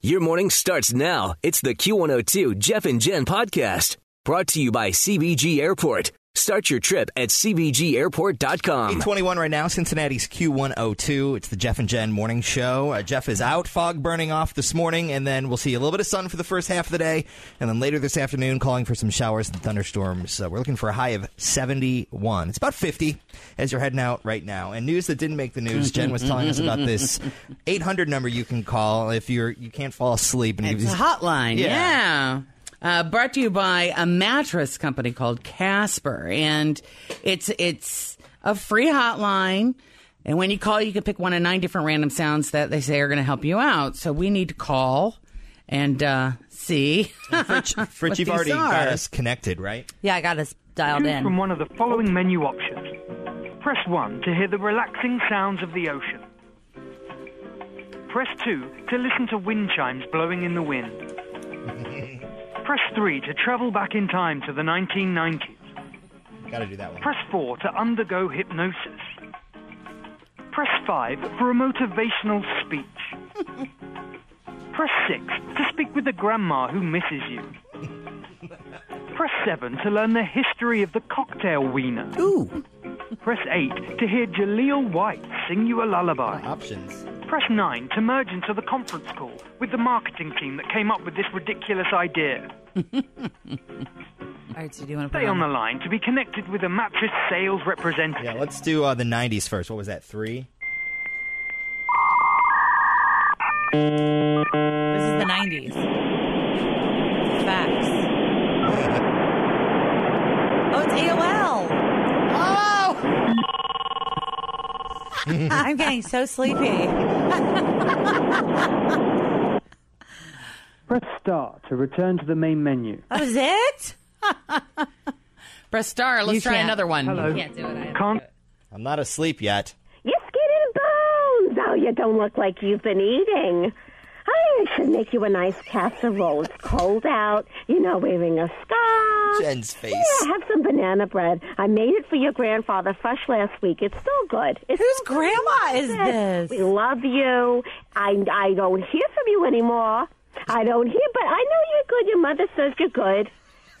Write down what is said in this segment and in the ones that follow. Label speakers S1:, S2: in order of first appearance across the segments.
S1: Your morning starts now. It's the Q102 Jeff and Jen podcast brought to you by CBG Airport. Start your trip at CBGAirport.com.
S2: 821 right now, Cincinnati's Q102. It's the Jeff and Jen morning show. Uh, Jeff is out, fog burning off this morning, and then we'll see a little bit of sun for the first half of the day. And then later this afternoon, calling for some showers and thunderstorms. Uh, we're looking for a high of 71. It's about 50 as you're heading out right now. And news that didn't make the news, Jen was telling us about this 800 number you can call if you're, you can't fall asleep. And
S3: It's
S2: you
S3: a hotline,
S2: Yeah.
S3: yeah. Uh, brought to you by a mattress company called Casper, and it's it's a free hotline. And when you call, you can pick one of nine different random sounds that they say are going to help you out. So we need to call and uh, see.
S2: Fritch, Fritch
S3: What
S2: you've
S3: these
S2: already
S3: are.
S2: got us connected, right?
S4: Yeah, I got us dialed
S5: Choose
S4: in.
S5: from one of the following menu options. Press 1 to hear the relaxing sounds of the ocean. Press 2 to listen to wind chimes blowing in the wind. Press 3 to travel back in time to the 1990s.
S2: Got to do that one.
S5: Press 4 to undergo hypnosis. Press 5 for a motivational speech. Press 6 to speak with the grandma who misses you. Press 7 to learn the history of the cocktail wiener.
S3: Ooh,
S5: Press 8 to hear Jaleel White sing you a lullaby.
S2: Options.
S5: Press 9 to merge into the conference call with the marketing team that came up with this ridiculous idea.
S4: All right, so do you want to
S5: Stay
S4: put on
S5: on the line to be connected with a mattress sales representative.
S2: Yeah, let's do uh, the 90s first. What was that, three?
S4: This is the '90s. Facts. Oh, it's AOL.
S2: Oh!
S4: I'm getting so sleepy.
S5: Press star to return to the main menu.
S4: That was it.
S3: press star. Let's
S4: You
S3: try
S4: can't.
S3: another one.
S5: Hello.
S4: Can't do it.
S5: Can't
S2: I'm not asleep yet.
S6: Your skin and bones. Oh, you don't look like you've been eating. I should make you a nice casserole. It's cold out. You're not wearing a scarf.
S2: Jen's face.
S6: Yeah, have some banana bread. I made it for your grandfather fresh last week. It's still good. It's
S4: Whose
S6: still good.
S4: grandma is this?
S6: We love you. I, I don't hear from you anymore. I don't hear, but I know you're good. Your mother says you're good.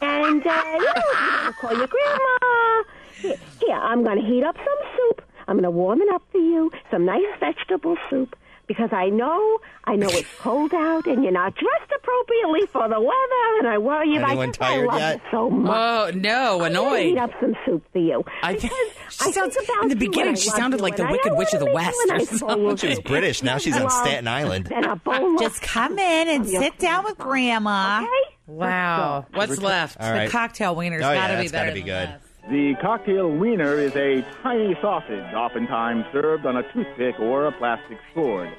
S6: And, uh, you know, you to call your grandma. Here, here, I'm going to heat up some soup. I'm going to warm it up for you, some nice vegetable soup. Because I know, I know it's cold out and you're not dressed appropriately for the weather, and I worry about
S2: Anyone
S6: you. I
S2: tired
S6: love
S2: yet?
S6: you so much.
S3: Oh no,
S6: I heat
S3: annoyed.
S6: up some soup for you.
S3: I-
S6: Because
S3: She
S6: I
S3: sounds-
S6: think about
S3: in the
S6: you
S3: beginning,
S6: and I
S3: she
S6: love
S3: sounded
S6: you,
S3: like
S6: and
S3: the
S6: I
S3: Wicked
S6: don't
S3: Witch of the
S6: wanna make you
S3: West
S6: a
S3: or
S6: nice bowl
S3: something.
S6: of
S2: She was
S6: soup.
S2: British. Now she's on
S6: Love
S2: Staten Island.
S6: And a bowl
S4: Just
S6: of
S4: come in and sit down with Grandma.
S6: Okay?
S4: Wow,
S3: What's left?
S2: All right.
S4: the cocktail wiener's
S2: Oh, yeah,
S4: gotta be
S2: that's gotta
S4: better
S2: be
S4: than
S2: good.
S4: this.
S7: The cocktail wiener is a tiny sausage, oftentimes served on a toothpick or a plastic sword.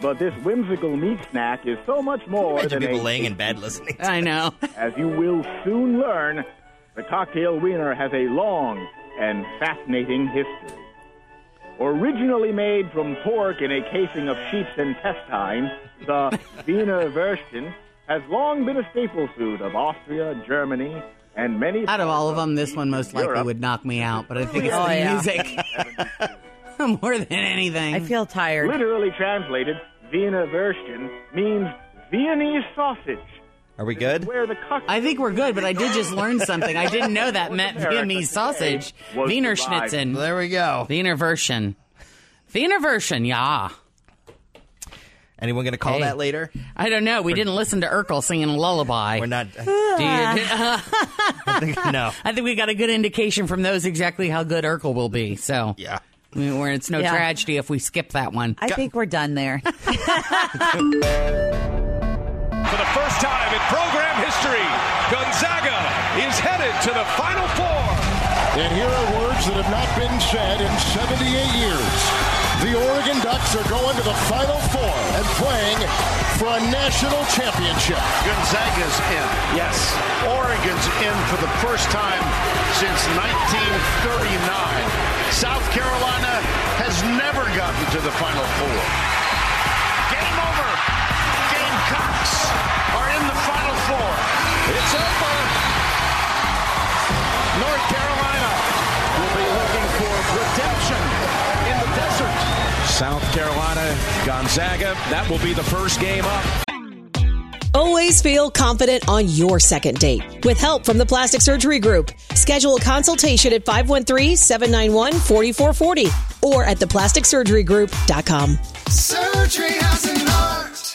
S7: But this whimsical meat snack is so much more
S2: Imagine
S7: than
S2: people
S7: a-
S2: laying in bed listening. To
S3: I know.
S7: As you will soon learn, the cocktail wiener has a long and fascinating history. Originally made from pork in a casing of sheep's intestine, the Wiener Würstchen has long been a staple food of Austria, Germany, and many
S3: Out of all of them, this one most likely
S7: Europe.
S3: would knock me out, but I think it's
S4: Oh,
S3: the
S4: yeah.
S3: music more than anything.
S4: I feel tired.
S7: Literally translated, Vienna Würstchen means Viennese sausage.
S2: Are we good?
S7: Where the cock-
S3: I think we're good, but I did just learn something. I didn't know that meant Viennese sausage.
S7: Was
S3: Wiener
S7: derived-
S3: Schnitzen.
S2: There we go.
S3: Wiener Version. Wiener Version, yeah.
S2: Anyone going to call
S3: Hey.
S2: that later?
S3: I don't know. We didn't listen to Urkel singing a lullaby.
S2: We're not. uh,
S3: Do you-
S2: I think, no.
S3: I think we got a good indication from those exactly how good Urkel will be. So
S2: Yeah.
S3: I mean, we're- it's no
S4: Yeah.
S3: tragedy if we skip that one.
S4: I think we're done there.
S8: For the first time in program history, Gonzaga is headed to the Final Four.
S9: And here are words that have not been said in 78 years. The Oregon Ducks are going to the Final Four and playing for a national championship.
S8: Gonzaga's in. Yes. Oregon's in for the first time since 1939. South Carolina has never gotten to the Final Four. Game over. Gamecocks are in the Final Four. It's over. North Carolina will be looking for redemption in the desert. South Carolina, Gonzaga, that will be the first game up.
S10: Always feel confident on your second date. With help from the Plastic Surgery Group, schedule a consultation at 513-791-4440 or at theplasticsurgerygroup.com.
S9: Surgery has an art.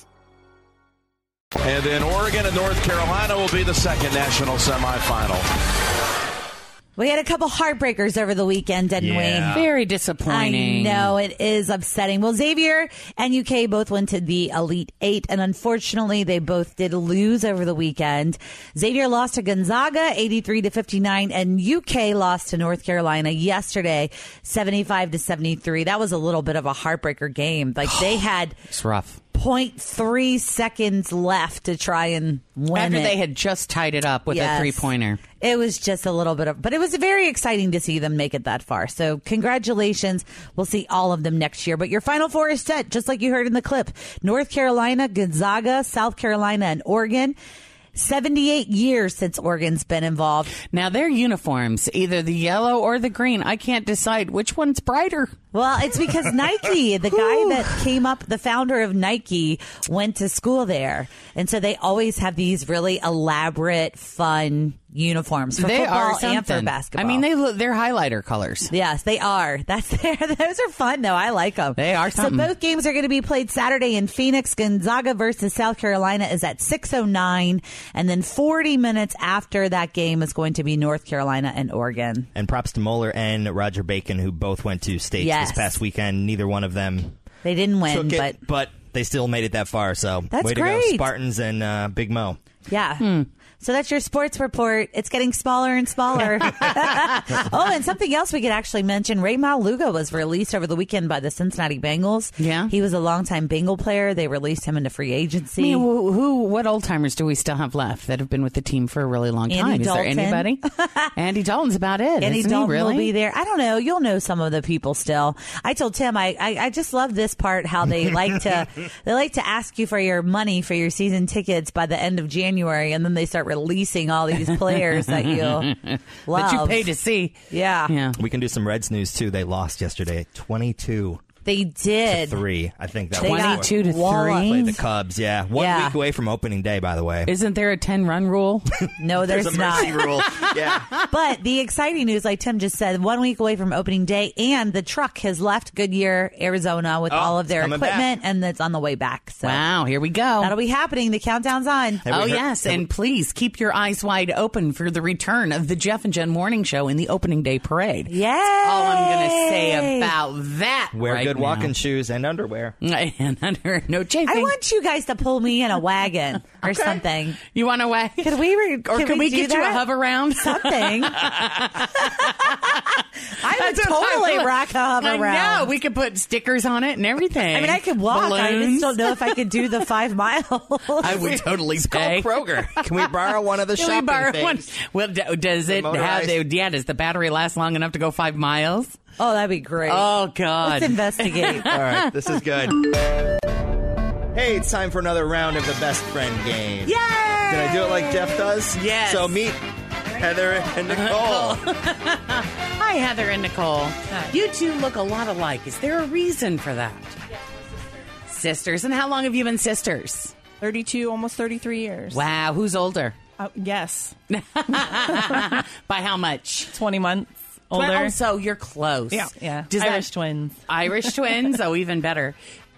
S8: And then Oregon and North Carolina will be the second national semifinal.
S4: we had a couple heartbreakers over the weekend, didn't
S2: Yeah.
S4: we?
S3: Very
S4: I
S3: disappointing.
S4: know Oh, it is upsetting. Well, Xavier and UK both went to the Elite Eight, and unfortunately, they both did lose over the weekend. Xavier lost to Gonzaga, eighty-three to fifty-nine, and UK lost to North Carolina yesterday, seventy-five to seventy-three. That was a little bit of a heartbreaker game. Like they had
S3: It's rough.
S4: 0.3 seconds left to try and win
S3: After
S4: it.
S3: they had just tied it up with
S4: Yes.
S3: a three pointer.
S4: It was just a little bit of, but it was very exciting to see them make it that far. So, congratulations. We'll see all of them next year. But your final four is set, just like you heard in the clip North Carolina, Gonzaga, South Carolina, and Oregon. 78 years since Oregon's been involved.
S3: Now their uniforms, either the yellow or the green, I can't decide which one's brighter.
S4: Well, it's because Nike, the guy that came up, the founder of Nike, went to school there. And so they always have these really elaborate, fun uniforms for
S3: they
S4: football
S3: are something.
S4: and for basketball.
S3: I mean, they look, they're highlighter colors.
S4: Yes, they are. That's there. Those are fun though. I like them.
S3: They are something.
S4: So both games are going to be played Saturday in Phoenix. Gonzaga versus South Carolina is at 6:09 and then 40 minutes after that game is going to be North Carolina and Oregon.
S2: And props to Moeller and Roger Bacon, who both went to states
S4: Yes.
S2: this past weekend. Neither one of them
S4: They didn't win,
S2: took it,
S4: but
S2: but, they still made it that far. So
S4: That's
S2: way to
S4: great.
S2: go, Spartans and uh, Big Mo.
S4: yeah.
S3: Hmm.
S4: So that's your sports report. It's getting smaller and smaller. oh, and something else we could actually mention. Ray Maluga was released over the weekend by the Cincinnati Bengals.
S3: Yeah.
S4: He was a longtime Bengal player. They released him into free
S3: I
S4: agency.
S3: mean, who, who what old timers do we still have left that have been with the team for a really long
S4: Andy
S3: time?
S4: Dalton.
S3: Is there anybody? Andy Dalton's about it.
S4: Andy
S3: isn't
S4: Dalton
S3: he, really?
S4: will be there. I don't know. You'll know some of the people still. I told Tim I, I, I just love this part how they like to they like to ask you for your money for your season tickets by the end of January and then they start releasing all these players that you love.
S3: that you pay to see.
S4: Yeah.
S3: Yeah.
S2: We can do some Reds news too. They lost yesterday, twenty-two
S4: They did.
S2: three. I think that
S4: They
S2: was
S4: got
S3: 22 to
S4: walloped.
S3: three?
S2: Play the Cubs. Yeah, one
S4: Yeah.
S2: week away from opening day. By the way,
S3: Isn't there a ten run rule?
S4: No, there's,
S2: a
S4: not.
S2: mercy rule. Yeah.
S4: But the exciting news, like Tim just said, one week away from opening day, and the truck has left Goodyear, Arizona, with
S2: Oh,
S4: all of their
S2: it's coming back.
S4: equipment, and it's on the way back. So
S3: wow, here we go.
S4: that'll be happening. The countdown's on.
S2: Have
S3: oh,
S2: we heard-
S3: yes.
S2: have
S3: And please keep your eyes wide open for the return of the Jeff and Jen Morning Show in the opening day parade.
S4: Yeah.
S3: All I'm going to say about that.
S2: Wear
S3: right
S2: good
S3: now.
S2: walking shoes and underwear.
S3: And under no chafing.
S4: I want you guys to pull me in a wagon or something.
S3: you want to wag?
S4: Could we? Re-
S3: or
S4: could
S3: can we,
S4: do
S3: get you a
S4: that?
S3: hover round?
S4: Something. I would
S3: That's what I
S4: totally
S3: want.
S4: rock a hover
S3: I
S4: round.
S3: know. We could put stickers on it and everything.
S4: I mean, I could walk. I just
S3: Balloons.
S4: don't know if I could do the five miles.
S3: I would totally pay.
S2: Kroger. Can we borrow one of the
S3: Can we
S2: shopping
S3: borrow
S2: things?
S3: one? Well, d- does it have?
S2: motorized.
S3: The, yeah, does the battery last long enough to go five miles?
S4: Oh, that'd be great.
S3: Oh God!
S4: Let's investigate.
S2: All right, this is good. Hey, it's time for another round of the best friend game. Yay! Did I do it like Jeff does?
S3: Yes.
S2: So meet Heather and Nicole.
S3: Hi, Heather and Nicole. You two look a lot alike. Is there a reason for that? Sisters. And how long have you been sisters?
S11: 32, almost 33 years.
S3: Wow. Who's older?
S11: Uh, yes.
S3: By how much?
S11: 20 months
S3: Well,
S11: older.
S3: so you're close.
S11: Yeah. Yeah.
S3: Does
S11: Irish
S3: that-
S11: twins.
S3: Irish twins? Oh, even better.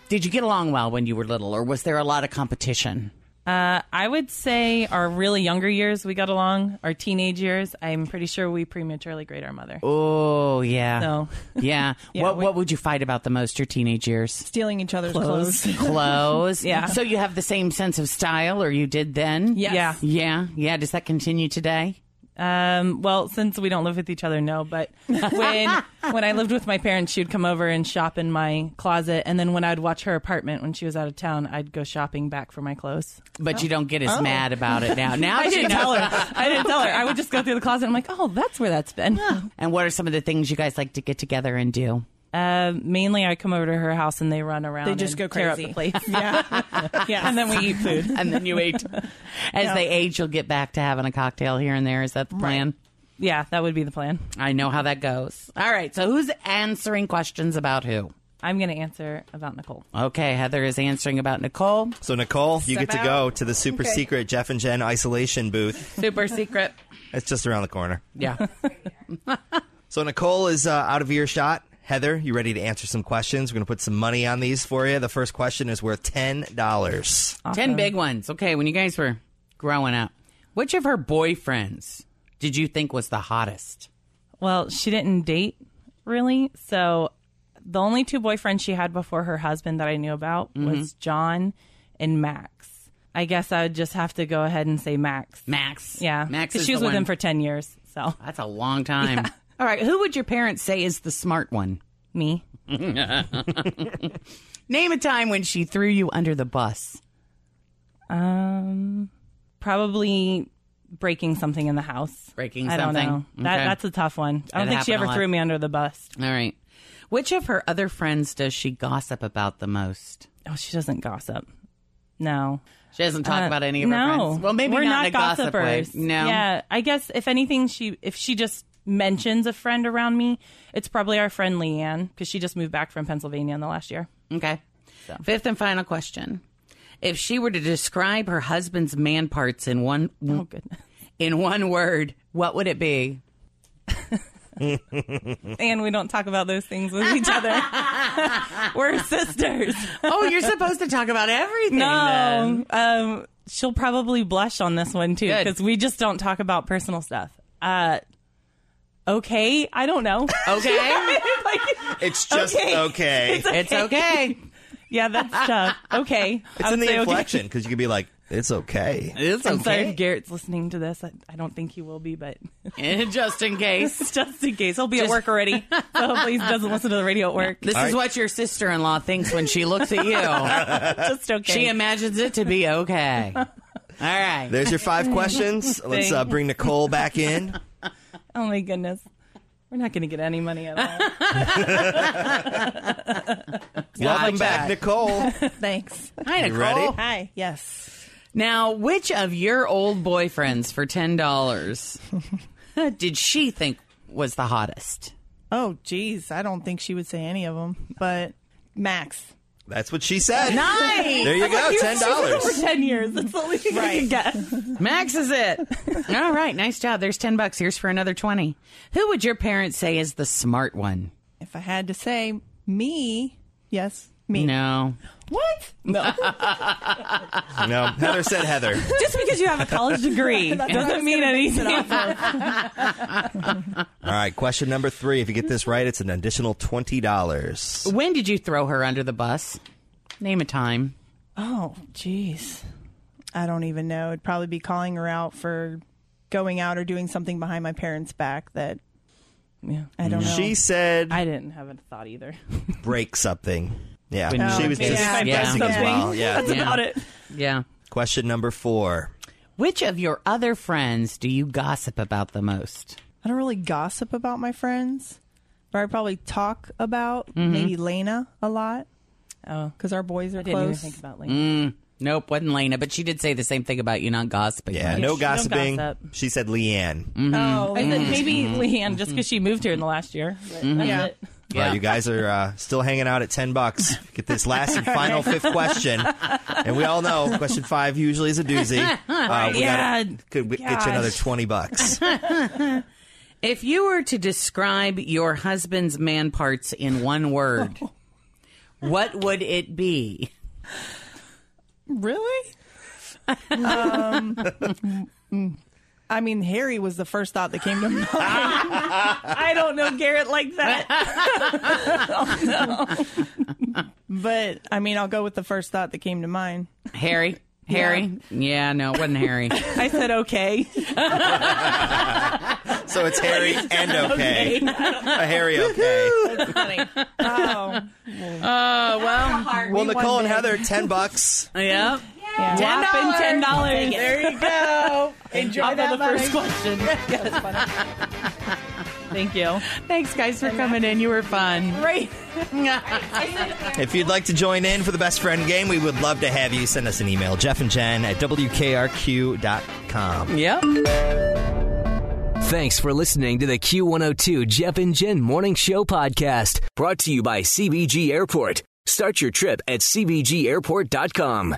S3: Did you get along well when you were little, or was there a lot of competition?
S11: Uh, I would say our really younger years we got along. Our teenage years, I'm pretty sure we prematurely grade our mother.
S3: Oh, yeah.
S11: No.
S3: yeah.
S11: Yeah,
S3: What
S11: we-
S3: What would you fight about the most your teenage years?
S11: Stealing each other's
S3: Clothes.
S11: clothes.
S3: Clothes.
S11: yeah.
S3: So you have the same sense of style, or you did then?
S11: Yes. Yeah.
S3: Yeah. Yeah. Does that continue today?
S11: Um, well, since we don't live with each other, no. But when when I lived with my parents, she'd come over and shop in my closet, and then when I'd watch her apartment when she was out of town, I'd go shopping back for my clothes.
S3: But you don't get as mad about it now. Now
S11: Oh. I
S3: that you
S11: didn't
S3: know-
S11: tell her. I didn't tell her. I would just go through the closet. I'm like, oh, that's where that's been.
S3: And what are some of the things you guys like to get together and do?
S11: Uh, mainly, I come over to her house and they run around.
S3: They just
S11: and
S3: go
S11: tear up
S3: crazy.
S11: the place. yeah, yeah. And then we eat food.
S3: and then you eat. As
S11: Yeah.
S3: they age, you'll get back to having a cocktail here and there. Is that the plan?
S11: Yeah, that would be the plan.
S3: I know how that goes. All right. So who's answering questions about who?
S11: I'm going to answer about Nicole.
S3: Okay, Heather is answering about Nicole.
S2: So Nicole, you
S11: Step
S2: get to
S11: out.
S2: go to the super
S11: Okay.
S2: secret Jeff and Jen isolation booth.
S11: Super secret.
S2: It's just around the corner.
S3: Yeah.
S2: So Nicole is uh, out of earshot. Heather, you ready to answer some questions? We're going to put some money on these for you. The first question is worth ten dollars.
S3: Ten big ones. Okay, when you guys were growing up, which of her boyfriends did you think was the hottest?
S11: Well, she didn't date really. So the only two boyfriends she had before her husband that I knew about
S3: Mm-hmm.
S11: was John and Max. I guess I would just have to go ahead and say Max.
S3: Max.
S11: Yeah.
S3: Max
S11: 'Cause
S3: is
S11: she was
S3: the
S11: with him
S3: one.
S11: for 10 years. So
S3: That's a long time. All right, who would your parents say is the smart one?
S11: me.
S3: Name a time when she threw you under the bus.
S11: Um, probably breaking something in the house.
S3: Breaking
S11: I don't
S3: something.
S11: know. That,
S3: Okay.
S11: That's a tough one. I don't
S3: That
S11: think she ever
S3: happened a lot.
S11: threw me under the bus.
S3: All right. Which of her other friends does she gossip about the most?
S11: Oh, she doesn't gossip. No.
S3: She doesn't talk
S11: Uh,
S3: about any of
S11: no.
S3: her friends. Well, maybe
S11: We're
S3: not,
S11: not,
S3: in a gossip way.
S11: gossipers.
S3: No.
S11: Yeah, I guess if anything, she if she just mentions a friend around me, it's probably our friend Leanne because she just moved back from Pennsylvania in the last year.
S3: Okay. Fifth and final question. If she were to describe her husband's man parts in one
S11: Oh goodness.
S3: in one word, what would it be?
S11: and we don't talk about those things with each other. We're sisters.
S3: Oh, you're supposed to talk about everything. then.
S11: No, um, she'll probably blush on this one too
S3: Good.
S11: because we just don't talk about personal stuff. Uh, okay, I don't know.
S3: Okay.
S11: Like-
S2: It's just okay.
S11: Okay.
S2: It's,
S3: it's okay.
S11: yeah, that's tough. Okay, I would
S2: in
S11: say
S2: the
S11: okay.
S2: inflection because you could be like, "It's okay."
S3: It's
S11: I'm sorry
S3: okay.
S11: if Garrett's listening to this. I, I don't think he will be, but
S3: Just in case.
S11: just in case, he'll be
S3: Just-
S11: at work already. So hopefully he doesn't listen to the radio at work.
S3: This
S2: All
S3: is
S2: right.
S3: what your sister in law thinks when she looks at you.
S11: just okay.
S3: she imagines it to be okay. All right.
S2: There's your five questions. Let's uh, bring Nicole back in.
S11: oh my goodness, we're not going to get any money at all.
S2: Welcome back, Nicole.
S11: Thanks.
S3: Hi, Nicole.
S2: ready?
S11: Hi. Yes.
S3: Now, which of your old boyfriends for ten dollars did she think was the hottest?
S12: Oh, geez. I don't think she would say any of them, but Max.
S2: That's what she said.
S3: Nice.
S2: There you go, ten dollars.
S11: Ten years. That's the only thing I can get.
S3: Max is it. All right, nice job. There's ten bucks. Here's for another twenty. Who would your parents say is the smart one?
S12: If I had to say me, yes, me.
S3: No.
S12: What? No.
S2: No, Heather said Heather.
S11: Just because you have a college degree doesn't mean anything.
S2: All right, question number three. If you get this right, it's an additional twenty dollars.
S3: When did you throw her under the bus? Name a time.
S12: oh, geez. I don't even know. It'd probably be calling her out for going out or doing something behind my parents' back that
S11: Yeah.
S12: I don't know.
S2: She said
S11: I didn't have a thought either.
S2: break something. Yeah,
S3: When
S2: she
S3: you
S2: was
S3: did
S2: just
S3: something. Yeah.
S2: guessing as well. Yeah.
S11: That's
S3: Yeah.
S11: about it.
S3: Yeah.
S2: Question number four.
S3: Which of your other friends do you gossip about the most?
S12: I don't really gossip Mm-hmm. about my friends, but I probably talk about maybe Lena a lot.
S11: Oh, because our boys are
S12: didn't even
S11: close.
S12: think about
S3: Mm, nope, wasn't Lena, but she did say the same thing about you not gossiping.
S2: Yeah,
S3: much.
S2: no gossiping. She said Leanne.
S11: Oh, I
S12: Mm-hmm.
S11: said
S2: Mm.
S11: maybe
S2: Mhm.
S11: Leanne, just because she moved here in the last year. but
S2: Mhm.
S11: that's
S2: Yeah.
S11: it.
S2: Yeah,
S11: Yeah.
S2: you guys are uh, still hanging out at 10 bucks. Get this last and final fifth question. And we all know question five usually is a doozy. Uh, we
S3: Yeah.
S2: gotta- could we get you another
S3: Gosh.
S2: 20 bucks.
S3: If you were to describe your husband's man parts in one word, what would it be?
S12: Really? um, mm. I mean, Harry was the first thought that came to mind. I don't know Garrett like that. but I mean, I'll go with the first thought that came to mind.
S3: Harry? Harry? Yeah, no, it wasn't Harry.
S12: I said okay.
S2: So it's Harry and okay.
S12: Okay.
S2: A Harry okay.
S12: Oh,
S3: well.
S2: Well, Nicole and Heather, 10 bucks.
S3: Yep.
S12: Yeah.
S11: Whopping ten
S12: Take
S11: dollars.
S12: it.
S11: There you go.
S12: Enjoy
S11: Off of
S12: that
S11: the
S12: money.
S11: first question. Thank you.
S3: Thanks, guys, for coming in. You were fun.
S11: Great.
S2: If you'd like to join in for the best friend game, we would love to have you. Send us an email, Jeff and Jen at WKRQ.com.
S3: Yep.
S1: Thanks for listening to the Q102 Jeff and Jen Morning Show podcast, brought to you by CBG Airport. Start your trip at CBGAirport.com.